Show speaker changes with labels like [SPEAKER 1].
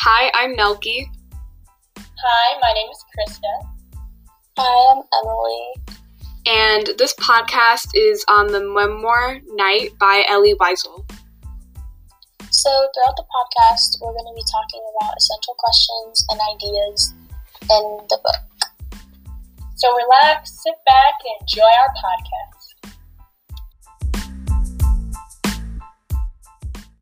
[SPEAKER 1] Hi, I'm Nelki.
[SPEAKER 2] Hi, my name is Krista.
[SPEAKER 3] Hi, I'm Emily.
[SPEAKER 1] and this podcast is on the memoir Night by Ellie Weisel.
[SPEAKER 3] So, throughout the podcast, we're going to be talking about essential questions and ideas in the book.
[SPEAKER 2] So relax, sit back, and enjoy our podcast.